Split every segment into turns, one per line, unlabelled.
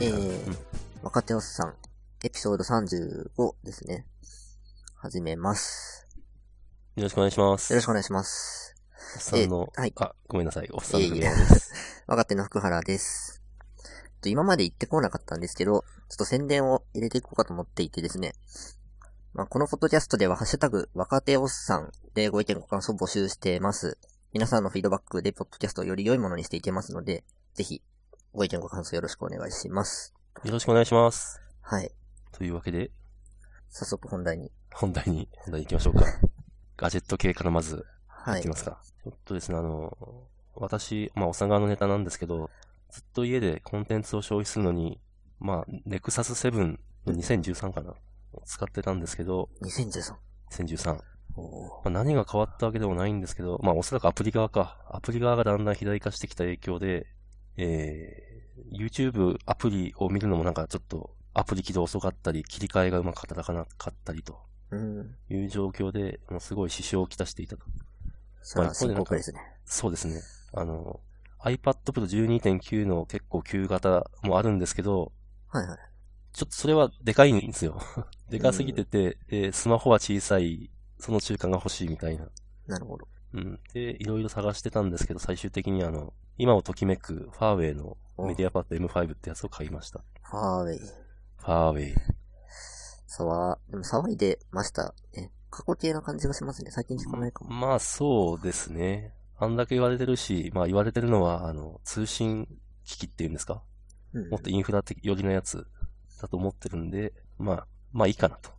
えー、若手おっさん、エピソード35ですね。始めます。
よろしくお願いします。
よろしくお願いします。
おっさんの、
えはい
あ、ごめんなさい。おっさんの
いえいえ
組み合わせです。
若手の福原です。と今まで言ってこなかったんですけど、ちょっと宣伝を入れていこうかと思っていてですね。まあ、このポッドキャストでは、ハッシュタグ、若手おっさんでご意見ご感想を募集しています。皆さんのフィードバックで、ポッドキャストをより良いものにしていけますので、ぜひ、ご意見ご感想よろしくお願いします。
よろしくお願いします。
はい。
というわけで、
早速本題に。
本題に、本題に行きましょ うか。ガジェット系からまず、
はい
き
い。
ますか。ちょっとですね、あの、私、まあ、おさん側のネタなんですけど、ずっと家でコンテンツを消費するのに、まあ、ネクサス7の2013かな、を使ってたんですけど、
2013。
2013。
おー
まあ、何が変わったわけでもないんですけど、まあおそらくアプリ側か。アプリ側がだんだん肥大化してきた影響で、えー、YouTube アプリを見るのもなんかちょっとアプリ起動遅かったり、切り替えがうまく働かなかったりと
うん。
いう状況で、もうすごい支障をきたしていたと。
それ
ま
は
あここ
深
でなん
刻
か
ですね。
そうですね。あの、iPad Pro 12.9の結構旧型もあるんですけど、
はいはい。
ちょっとそれはでかいんですよ。 でかすぎてて、でスマホは小さい、その中間が欲しいみたいな。
なるほど。
うん。で、いろいろ探してたんですけど、最終的にあの、今をときめくファーウェイのメディアパッド M5 ってやつを買いました。
ファーウェイ。
ファーウェイ。
騒、でも騒いでました。え、過去形な感じがしますね。最近聞かないかも。
まあ、そうですね。あんだけ言われてるし、まあ言われてるのは、あの、通信機器っていうんですか
うん
もっとインフラ的寄りのやつだと思ってるんで、まあ、まあいいか なと。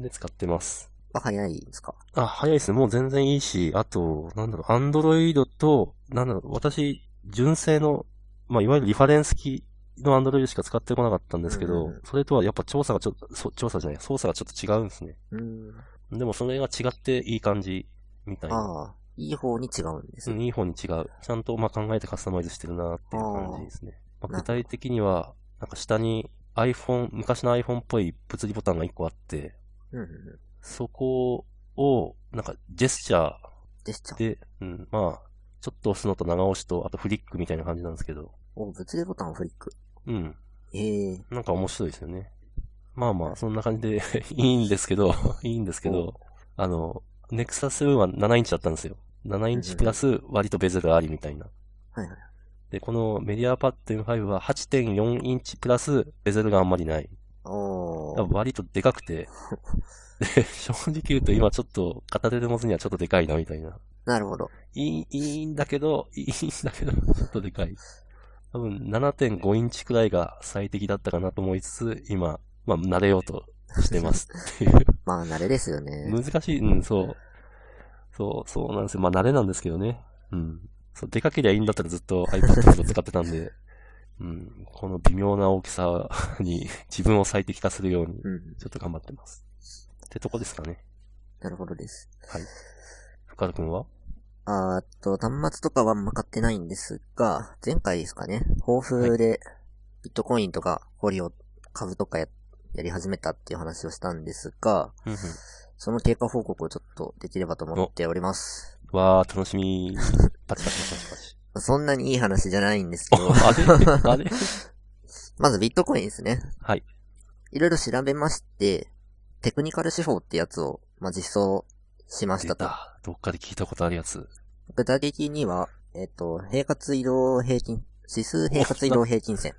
で、使ってます。
あ、早いんですか
あ、早いですね。もう全然いいし、あと、なんだろう、アンドロイドと、なんだろう、私、純正の、まあ、いわゆるリファレンス機のアンドロイドしか使ってこなかったんですけど、
うんうん
それとはやっぱ調査がちょっと、そ調査じゃない、操作がちょっと違うんですね。
うーん。
でもそれが違っていい感じ、みたいな。
ああ、いい方に違うんです
う
ね。
んいい方に違う。ちゃんと、まあ、考えてカスタマイズしてるなっていう感じですね。
あー
まあ、具体的には、なんか下に iPhone、昔の iPhone っぽい物理ボタンが1個あって、
うん。うん、
そこを、なんかジェスチャー、
でした。
で、うん、まあ、ちょっと押すのと長押しと、あとフリックみたいな感じなんですけど、
お、物理ボタンをフリック。
うん、
ええー、
なんか面白いですよね。まあまあ、そんな感じで いいんですけど、 いいんですけど、あの、ネクサス7は7インチだったんですよ。7インチプラス割とベゼルありみたいな。
はいはい。
で、このメディアパッド M5 は8.4インチプラスベゼルがあんまりない。
お
だから
ー。
割とでかく て、で、正直言うと今ちょっと片手で持つにはちょっとでかいなみたいな。
なるほど。
いい、いいんだけど、いいんだけど、ちょっとでかい。多分7.5インチくらいが最適だったかなと思いつつ、今、まあ、慣れようとしてますっていう。
まあ、慣れですよね。
難しい、うん、そう。そう、そうなんですよ。まあ、慣れなんですけどね。うん。そう、でかけりゃいいんだったらずっと iPad Pro 使ってたんで、うん、この微妙な大きさに自分を最適化するように、
うん。
ちょっと頑張ってます。ってとこですかね。
なるほどです。
深田くんは
あーっと、端末とかはあんま買ってないんですが、前回ですかね、抱負で、ビットコインとか、フォリオ、株とかや、やり始めたっていう話をしたんですが、
うんうん。
その経過報告をちょっとできればと思っております。
わー、楽しみ。パチパチパチパチ。
そんなにいい話じゃないんですけど、
あれあれ
まずビットコインですね。
はい。
いろいろ調べまして、テクニカル手法ってやつを、まあ、実装しまし
出
たと。
た。どっかで聞いたことあるやつ。
具体的には、えっ、と、平滑移動平均、指数平滑移動平均線。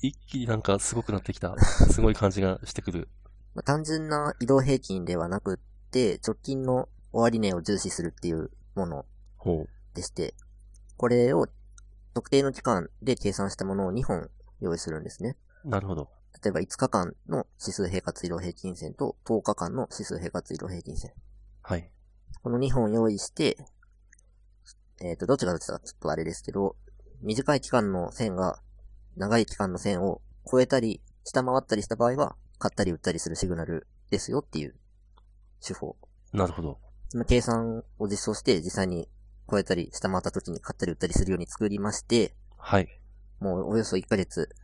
一気になんかすごくなってきた。すごい感じがしてくる。
まあ、単純な移動平均ではなくって、直近の終値を重視するっていうもの
ほ
でして、これを特定の期間で計算したものを2本用意するんですね。
う。なるほど。
例えば5日間の指数平滑移動平均線と10日間の指数平滑移動平均線。
はい。
この2本用意して、えっ、と、どっちがどっちだかちょっとあれですけど、短い期間の線が長い期間の線を超えたり、下回ったりした場合は、買ったり売ったりするシグナルですよっていう手法。
なるほど。
その計算を実装して、実際に超えたり、下回った時に買ったり売ったりするように作りまして、
はい。
もうおよそ1ヶ月。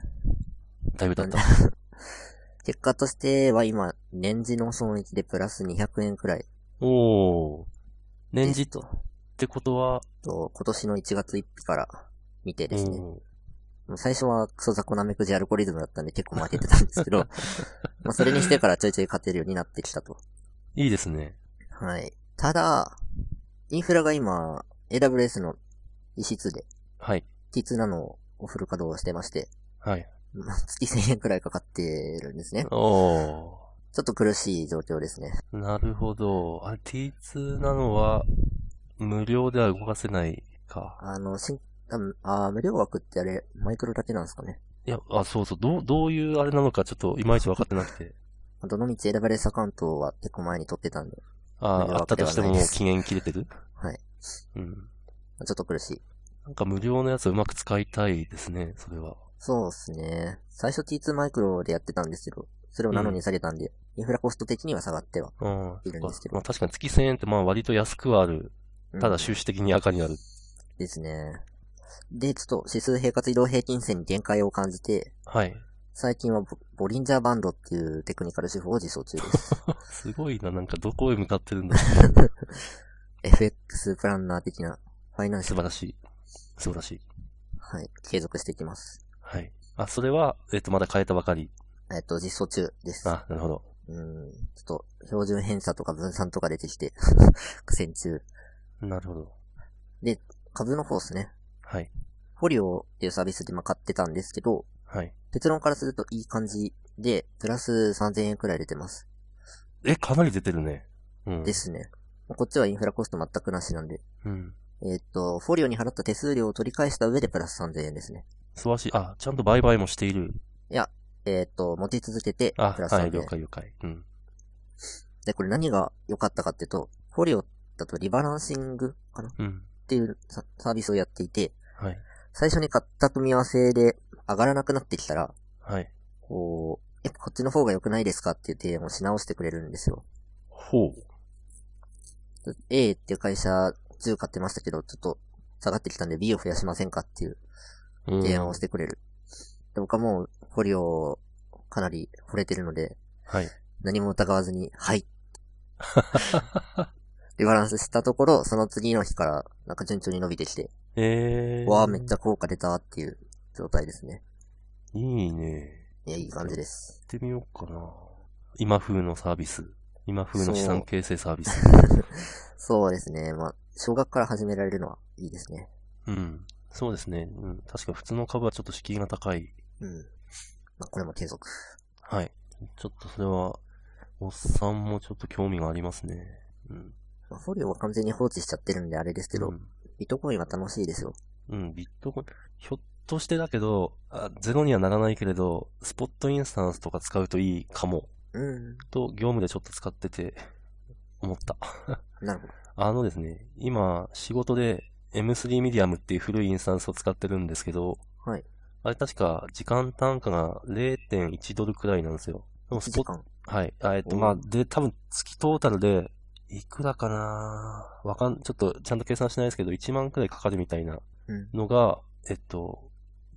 だいぶ経った。
結果としては今、年次の損益でプラス200円くらい。
おー。年次っ
と。
てことは、
と、今年の1月1日から見てですね。
うん
もう最初はクソ雑魚なめくじアルゴリズムだったんで結構負けてたんですけど、まあそれにしてからちょいちょい勝てるようになってきたと。
いいですね。
はい。ただ、インフラが今、AWS の一室で
はい。
T2 なのをフル稼働してまして、
はい。
まあ月1000円くらいかかってるんですね。
おー。
ちょっと苦しい状況ですね。
なるほど。あれ、T2 なのは、無料では動かせないか。
あの、新、多分あー無料枠ってあれ、マイクロだけなんですかね。
いや、あ、そうそう、どう、どういうあれなのか、ちょっとい まいち分かってなくて。
まあどのみち AWS アカウントは結構前に取ってたんで、
あ
無料
あ、あったとしても
ではな
もう
いです
期限切れてる
はい。
うん。
まあちょっと苦しい。
なんか無料のやつうまく使いたいですね、それは。
そうですね。最初 T2 マイクロでやってたんですけど、それをナノに下げたんで、インフラコスト的には下がっては。
うん。
いるんですけど
まあ確かに月1000円ってまあ割と安くはある。
うん
ただ収支的に赤になる。
ですね。で、ちょっと指数平滑移動平均線に限界を感じて、
はい。
最近はボボリンジャーバンドっていうテクニカル手法を実装中 です。
すごいな、なんかどこへ向かってる んだ。
FX プランナー的なファイナンシ
素
ャル、
晴らしい。素晴らしい。
はい、継続していきます。
はい。あ、それは、えっと、まだ変えたばかり。
えっと、実装中です。
あ、なるほど。
うん、ちょっと、標準偏差とか分散とか出てきて、苦戦中。
なるほど。
株の方ですね。
はい。
フォリオっていうサービスで今買ってたんですけど、
はい。
結論からするといい感じで、プラス3000円くらい出てます。
え、かなり出てるね。うん。
ですね。こっちはインフラコスト全くなしなんで。
うん。
えーっと、フォリオに払った手数料を取り返した上でプラス3000円ですね。
素晴らしい。あ、ちゃんと売買もしている。
えーっと、持ち続けて、プ
あ、
ラス
はい、
3000
了
円。
解了解。うん。
で、これ何が良かったかっていうと、フォリオだとリバランシングかなっ
うん。
ていうササービスをやっていて、
はい。
最初に買った組み合わせで上がらなくなってきたら、
はい。
こう、え、こっちの方が良くないですかっていう提案をし直してくれるんですよ。
ほう。
A っていう会社10買ってましたけど、ちょっと下がってきたんで B を増やしませんかっていう
うん、
提案をしてくれる。で僕はもう、フォリオかなり惚れてるので、
はい。
何も疑わずに、はい。リバランスしたところ、その次の日から、なんか順調に伸びてきて、
えー。
わあ、めっちゃ効果出たっていう状態ですね。
いいね。
いや、いい感じです。
行ってみようかな。今風のサービス。今風の資産形成サービス。
そうですね。まあ、小学から始められるのはいいですね。
うん。そうですね。うん。確か普通の株はちょっと敷居が高い。
うん。まあ、これも継続。
はい。ちょっとそれは、おっさんもちょっと興味がありますね。うん。
まあ、フォリオは完全に放置しちゃってるんであれですけど、
うん
ビットコインは楽しいですよ。
うん、ビットコイン。ひょっとしてだけどあ、ゼロにはならないけれど、スポットインスタンスとか使うといいかも、
うん。
と、業務でちょっと使ってて、思った。
なるほど。
あのですね、今、仕事で M3 ミディアムっていう古いインスタンスを使ってるんですけど、
はい
あれ確か、時間単価が0.1ドルくらいなんですよ。でもスポ
時
ット、
間。
はい。あえっと、
おー
まあ、で、多分、月トータルで、いくらかなわかん、ちょっと、ちゃんと計算しないですけど、1万くらいかかるみたいな
うん。
のが、えっと、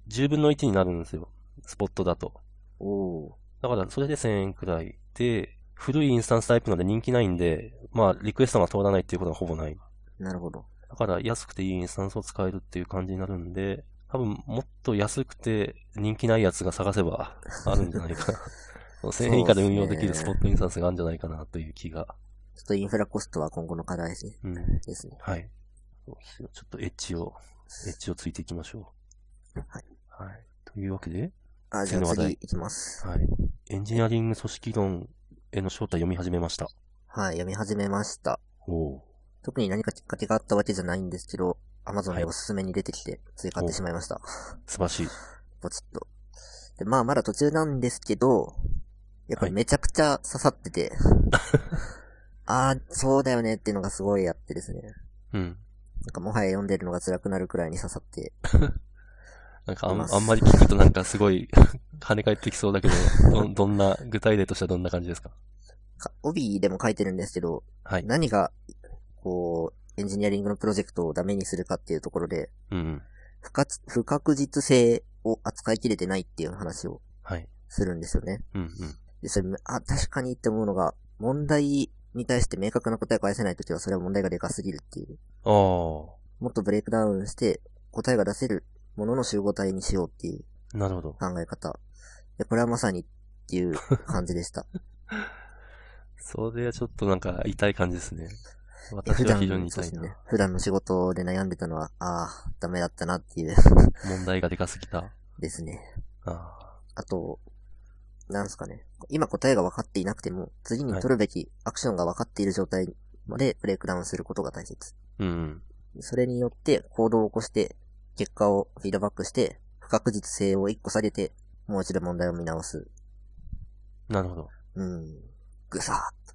10分の1になるんですよ。スポットだと。
おお
だから、それで1000円くらいで、古いインスタンスタイプなんで人気ないんで、まあ、リクエストが通らないっていうことはほぼない。
ー。なるほど。
だから、安くていいインスタンスを使えるっていう感じになるんで、多分、もっと安くて人気ないやつが探せば、あるんじゃないか な。1000円以下で運用できるスポットインスタンスがあるんじゃないかなという気が。
ちょっとインフラコストは今後の課題ですね。
うん。
ですね。
はい。ちょっとエッジを、エッジをついていきましょう。
はい。
はい。というわけで、
あ、じゃ
次の
あ
話題
次行きます。
はい。エンジニアリング組織論への正体読み始めました。
はい、読み始めました。
おお
特に何かきっかけがあったわけじゃないんですけど、Amazon
はい
でおすすめに出てきて追加ってしまいました。
素晴らしい。
ポチッと。で、まあまだ途中なんですけど、やっぱりめちゃくちゃ刺さって て、ああ、そうだよねっていうのがすごいあってですね。
うん。
なんかもはや読んでるのが辛くなるくらいに刺さって、
なんかあ
いま
ん
す
あんまり聞くとなんかすごい 跳ね返ってきそうだけど、どんどんな、具体例としてはどんな感じですか
か帯でも書いてるんですけど、
はい。
何が、こう、エンジニアリングのプロジェクトをダメにするかっていうところで、
うん。
不確不確実性を扱いきれてないっていう話を
はい。
するんですよね。
うんうん。
で、それ、あ、確かにって思うのが、問題に対して明確な答えを返せないときは、それは問題がでかすぎるっていう。
ああ。
もっとブレイクダウンして、答えが出せるものの集合体にしようっていう
なるほど。
考え方。で、これはまさにっていう感じで した。
それはちょっとなんか痛い感じですね。
で
私は非常に痛いな。
ね。普段の仕事で悩んでたのは、ああ、ダメだったなっていう
問題がでかすぎた。
ですね。
あ
あと、なんですかね。今答えが分かっていなくても、次に取るべきアクションが分かっている状態までブレイクダウンすることが大切。
ーうん。
それによって行動を起こして、結果をフィードバックして、不確実性を一個下げて、もう一度問題を見直す。
なるほど。
うん。ぐさー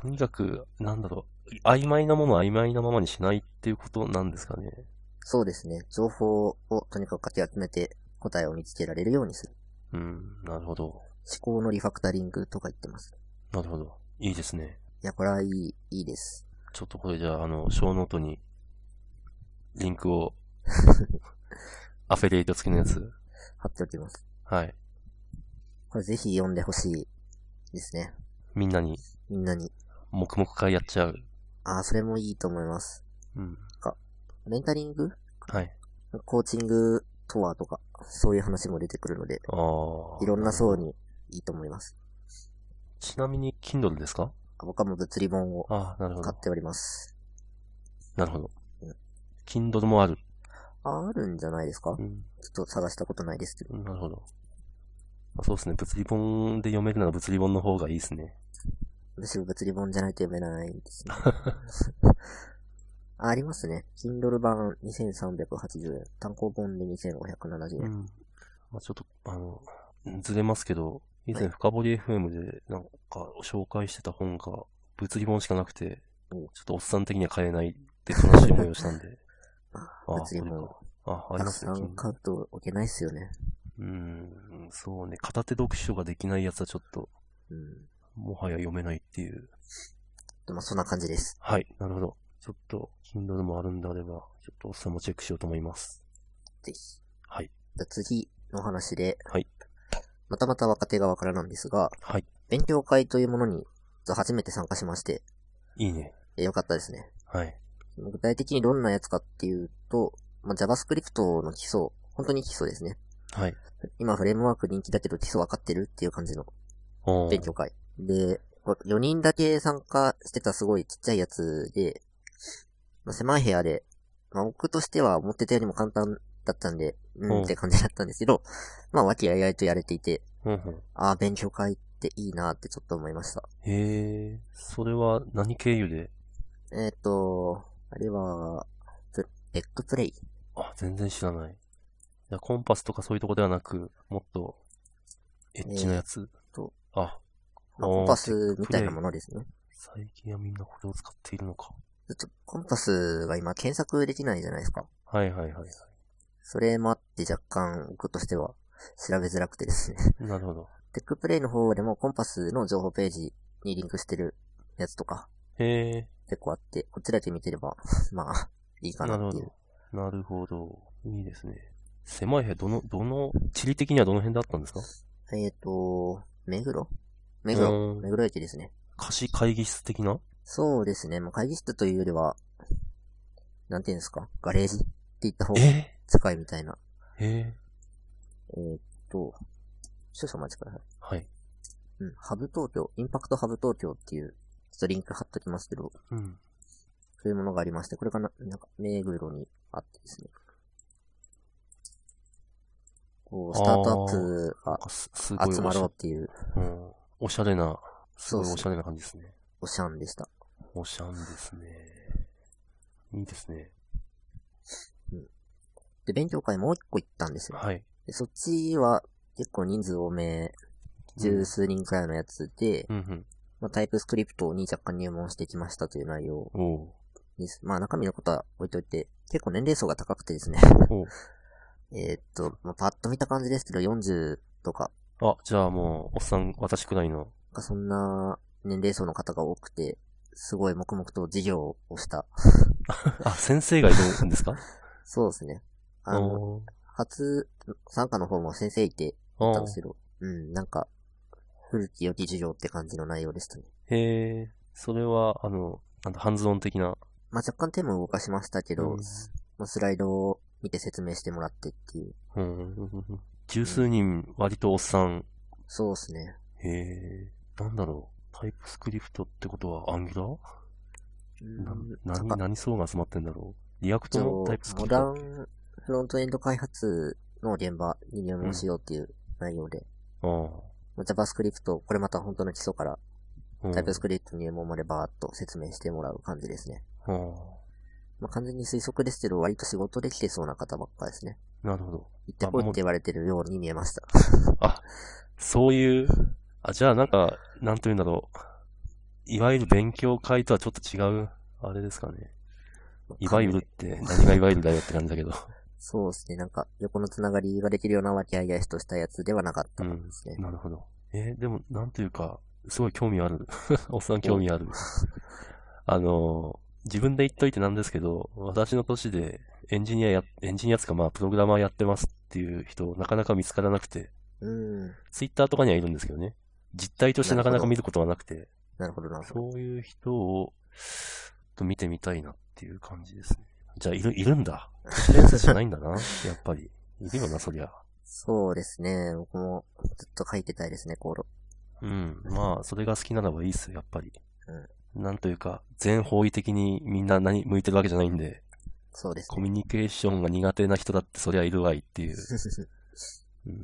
とにかく、なんだろう。曖昧なものは曖昧なままにしないっていうことなんですかね。
そうですね。情報をとにかくかき集めて答えを見つけられるようにする。
うん。なるほど。
思考のリファクタリングとか言ってます。
なるほど。いいですね。
いや、これはいい、いいです。
ちょっとこれじゃあ、あの、小ノートに、リンク を、アフェリエイト付きのやつ。
貼っておきます。
はい。
これぜひ読んでほしいですね。
みんなに、
みんなに。
黙々会やっちゃう。
ああ、それもいいと思います。
うん。
メンタリング
はい。
コーチングとはとか、そういう話も出てくるので、
ああ。
いろんな層にいいと思います。
ちなみに、Kindle ですか
僕はもう物理本を
ああ、なるほ
買
ど
っ。ております。
なるほど
うん。
Kindle もある。
あ、あるんじゃないですかち
う
ょ
ん。
っと探したことないですけど。
なるほど。あそうですね。物理本で読めるなら物理本の方がいいですね。
むしろ物理本じゃないと読めないですね。あありますね。Kindle 版2380円。単行本で2570
う
円。
ん。まあ、ちょっと、あの、ずれますけど、以前深掘り FM でなんか紹介してた本が物理本しかなくて、
う
ち
ん
ょっとおっさん的には買えないって悲しい思いをした んで。あ
物理
これ
本
かあ、あり
た
ま
く
す
さ
ね。
ん買うと置けないっすよね。
うん、そうね。片手読書ができないやつはちょっと、
うん。
もはや読めないっていう。
でもそんな感じです。
はい、なるほど。ちょっと、Kindle もあるんであれば、ちょっとおっさんもチェックしようと思います。
ぜひ。
はい。
じゃあ次の話で、
はい。
またまた若手側からなんですが、
はい。
勉強会というものに初めて参加しまして、
いいね。
えよかったですね。
はい。
具体的にどんなやつかっていうと、まあ、JavaScript の基礎、本当に基礎ですね。
はい。
今フレームワーク人気だけど基礎わかってるっていう感じの
お
勉
ー。
強会。で、4人だけ参加してたすごいちっちゃいやつで、まあ、狭い部屋で、まあ、僕としては思ってたよりも簡単だったんで、う
うん
んって感じだったんですけど、まあ、和気あいあいとやれていて、
うんうん。
ああ、勉強会っていいなってちょっと思いました。
へえ、それは何経由で
えっ、と、あれは、プテックプレイ
あ、全然知らない。いや、コンパスとかそういうとこではなく、もっと、エッチなやつ。
と
あ、
まあ
おー
コンパスみたいなものですね。
最近はみんなこれを使っているのか。
ちょっとコンパスが今検索できないじゃないですか。
はいはいはい。
それもあって若干僕としては調べづらくてですね。
なるほど。
テックプレイの方でもコンパスの情報ページにリンクしてるやつとか
へえ、
結構あって、こっちだけ見てれば、 まあ、いいか
な
な
るほ
っていう。
ど。なるほど。いいですね。狭い部屋、どの、どの、地理的にはどの辺だったんですか
えっ、と、目黒目黒
うーん
目黒駅ですね。
貸し会議室的な
そうですね。まあ、会議室というよりは、なんていうんですかガレージって言った方が
え
近いみたいな。
へえ、
えーっと、少々お待ちください。
はい。
うん、ハブ東京、インパクトハブ東京っていう、ちょっとリンク貼っときますけど、
うん。
そういうものがありまして、これがな、なんか、目黒にあってですね。こう、スタートアップが
あすすごいおし
集
ゃ
まろうっていう、
うん。おしゃれな、すごい
そうっす
おしゃれな感じですね。
おしゃんでした。
おしゃんですね。いいですね。
で、勉強会もう一個行ったんですよ。
はい。
でそっちは、結構人数多め、十数人くらいのやつで、
うんうん。
まあ、タイプスクリプトに若干入門してきましたという内容
おう
です。まあ中身のことは置いといて、結構年齢層が高くてですね。
おう
えーっと、まあ、パッと見た感じですけど、40とか
あ、じゃあもう、おっさん、私くらいの。
がそんな年齢層の方が多くて、すごい黙々と授業をした。
あ、先生がいるんです か
そうですね。あの、
おー
初参加の方も先生いて
あ
たんで
ー
すけど、うん、なんか、古き良き授業って感じの内容でしたね。
へえ、それは、あの、なんだ、ハンズオン的な。
まあ、若干手も動かしましたけど、
うん
のスライドを見て説明してもらってっていう。
うん。十数人、割とおっさん。
そうですね。
へえ。なんだろう。タイプスクリプトってことはアンギュラー
う、
なん何、
なんか
何層が集まってんだろう。リアク
一
トの
応
タイプスク
モ
リプ
ダン
ト。
フロントエンド開発の現場に入門しようっていう内容で、
あ
まあ JavaScript、これまた本当の基礎から
あ。
タイプス
ス
クリプト入門までバーっと説明してもらう感じですね。
ああ。
まあ、完全に推測ですけど、割と仕事できてそうな方ばっかですね。
なるほど。
行ってこいって言われてるように見えました。
あ、そういう、あ、じゃあなんか、なんというんだろう。いわゆる勉強会とはちょっと違う、あれですかね。いわゆるって、何がいわゆるだよって感じだけど。
そうですね。なんか、横のつながりができるようなわきあいあいとしたやつではなかった
うん
ですね。
なるほど。えーでも、なんというか、すごい興味ある。 おっさん興味 ある。あのー、自分で言っといてなんですけど、私の年でエンジニアや、エンジニアつかまあ、プログラマーやってますっていう人、なかなか見つからなくて、
うん。
ツイッターとかにはいるんですけどね。実態としてなかなか見ることはなくて、
なるほどなるほど。
そういう人を、と見てみたいなっていう感じですね。じゃあ、いる、いるんだ。年のやつじゃないんだな。やっぱり。いるよな、そりゃ。
そうですね。僕もずっと書いてたいですね、コード。
うん。まあ、それが好きならばいいっすよ、やっぱり。
う
なんというか、全方位的にみんな何向いてるわけじゃないんで、
そうです
コ
ね。
ミュニケーションが苦手な人だってそりゃいるわいっ ていう。うん。っ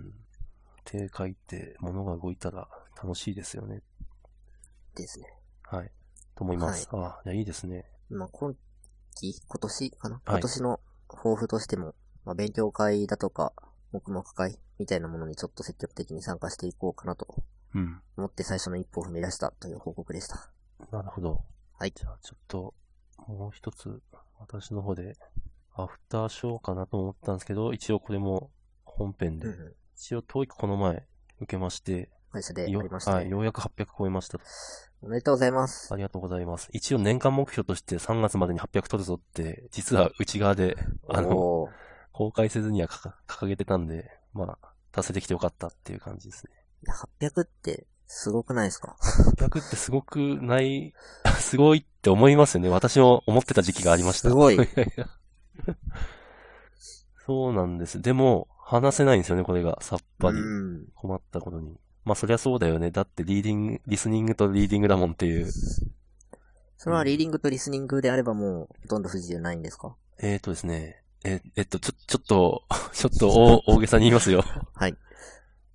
て書いて、物が動いたら楽しいですよね。
ですね。
はい。と思います。ああ、いや、いいですね。
まあ、今期、今年かな、
い
今年の抱負としても、まあ、勉強会だとか、黙々会みたいなものにちょっと積極的に参加していこうかなと
うん。
思って最初の一歩を踏み出したという報告でした。
なるほど。
はい。
じゃあ、ちょっと、もう一つ、私の方で、アフターショーかなと思ったんですけど、一応これも本編
うんう
で、
ん。
一応、TOEIC この前受けまして、
会社であり
よ
ました、ね
はい、ようやく800超えましたと。
おめでとうございます。
ありがとうございます。一応年間目標として3月までに800取るぞって、実は内側で、あの、
おー
公開せずには掲掲げてたんで、まあ、達成できてよかったっていう感じですね。
いや800ってすごくないですか
800ってすごくない、 すごいって思いますよね。私も思ってた時期がありました。
すごい
やや そうなんです。でも、話せないんですよね、これが。さっぱり。
うん。
困ったことに。まあ、そりゃそうだよね。だって、リーディング、リスニングとリーディングだもんっていう。
それはリーディングとリスニングであればもうほとんど不自由ないんですか
えーとですね。え、えっと、ちょ、ちょっと、 ちょっと大大げさに言いますよ。
はい。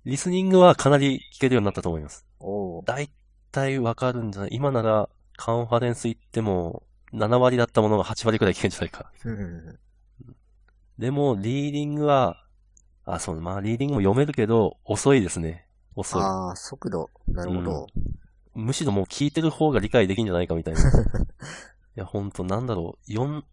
リスニングはかなり聞けるようになったと思います。
おー
だいたいわかるんじゃない今なら、カンファレンス行っても、7割だったものが8割くらい聞けるんじゃないか。
うんうんうん。
でも、リーディングは、あ、そう、まあ、リーディングも読めるけど、遅いですね。遅い。
ああ、速度。なるほど。
むしろもう聞いてる方が理解できんじゃないかみたいな。いや、ほんと、なんだろう。四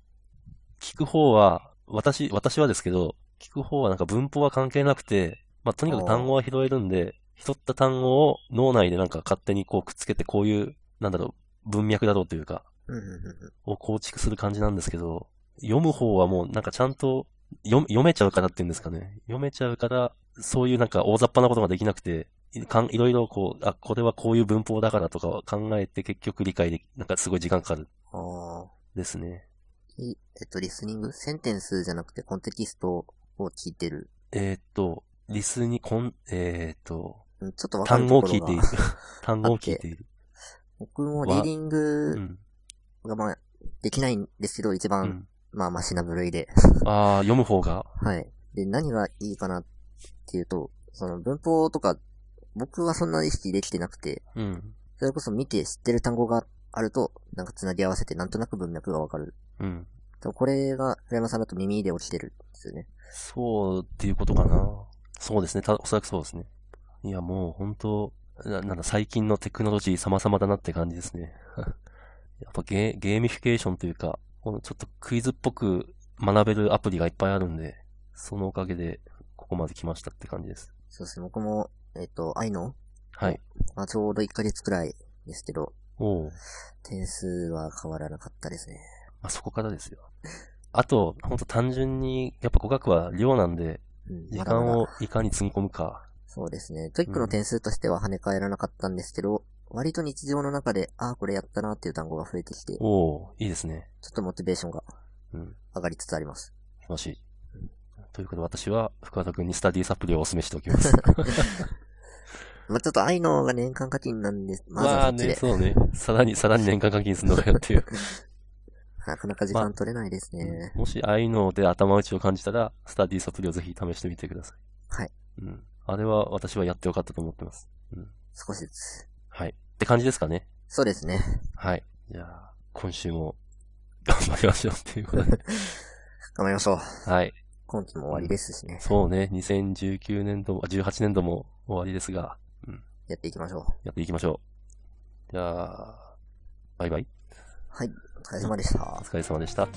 聞く方は、私、私はですけど、聞く方はなんか文法は関係なくて、まあ、とにかく単語は拾えるんで、拾った単語を脳内でなんか勝手にこうくっつけて、こういう、なんだろう、文脈だろうというか、
うんうんうんうん。
を構築する感じなんですけど、読む方はもうなんかちゃんと読読めちゃうからっていうんですかね。読めちゃうから、そういうなんか大雑把なことができなくて、いかんいろいろこう、あ、これはこういう文法だからとかは考えて結局理解でき、なんかすごい時間かかる
ああ。
ですね。
いえっと、リスニングセンテンスじゃなくてコンテキストを聞いてる。
えーっと、リスにこん、えーっと、
うんちょっとわかる
単語
と
を
こ
聞
ろ
い
が
て いる。単語を聞いている。
僕もリーディン
う
グ
ん。
がまあ、できないんですけど、一
う
番、
ん。
まあ、マシな部類で。
ああ、読む方が
はい。で、何がいいかなっていうと、その文法とか、僕はそんな意識できてなくて、
うん。
それこそ見て知ってる単語があると、なんか繋ぎ合わせてなんとなく文脈がわかる。
うん。
でもこれが、フレマさんだと耳で落ちてるんですよね。
そうっていうことかな。そうですね。たおそらくそうですね。いや、もう本当ななんだ、最近のテクノロジー様々だなって感じですね。 やっぱゲーゲーミフィケーションというか、このちょっとクイズっぽく学べるアプリがいっぱいあるんで、そのおかげでここまで来ましたって感じです。
そうですね。僕も、えっ、と、愛の、
はい。
まあ、ちょうど1ヶ月くらいですけど、
おう
点数は変わらなかったですね。
まあ、そこからですよ。あと、本当単純に、やっぱ語学は量なんで、
うん、
時
まだま
間
だ
をいかに積み込むか。
そうですね。トイックの点数としては跳ね返らなかったんですけど、割と日常の中で、ああ、これやったなっていう単語が増えてきて、ちょ
おおいいですね。
っとモチベーションが
うん
上がりつつあります。
らしい。ということで私は福原君にスタディサプリをお勧めしておきます。
まあ、ちょっと愛のが年間課金なんです。まず
ま
は
あ
そっち
ね、
で。
そうね。さらに、さらに年間課金するのかよ っていう。
なかなか時間取れないですね。
もし、ああいうので頭打ちを感じたら、スタディサプリをぜひ試してみてください。
はい。
うん。あれは私はやってよかったと思ってます。
少しずつ。
はい。って感じですかね。
そうですね。
はい。じゃあ、今週も頑張りましょうっていう ことで。
頑張りましょう。
はい。
今期も終わりですしね。
そうね。2019年度も、あ18年度も終わりですが、
やっていきましょう。
やっていきましょう。じゃあ、バイバイ。
はい。お疲れ様でした
お。疲れ様でした。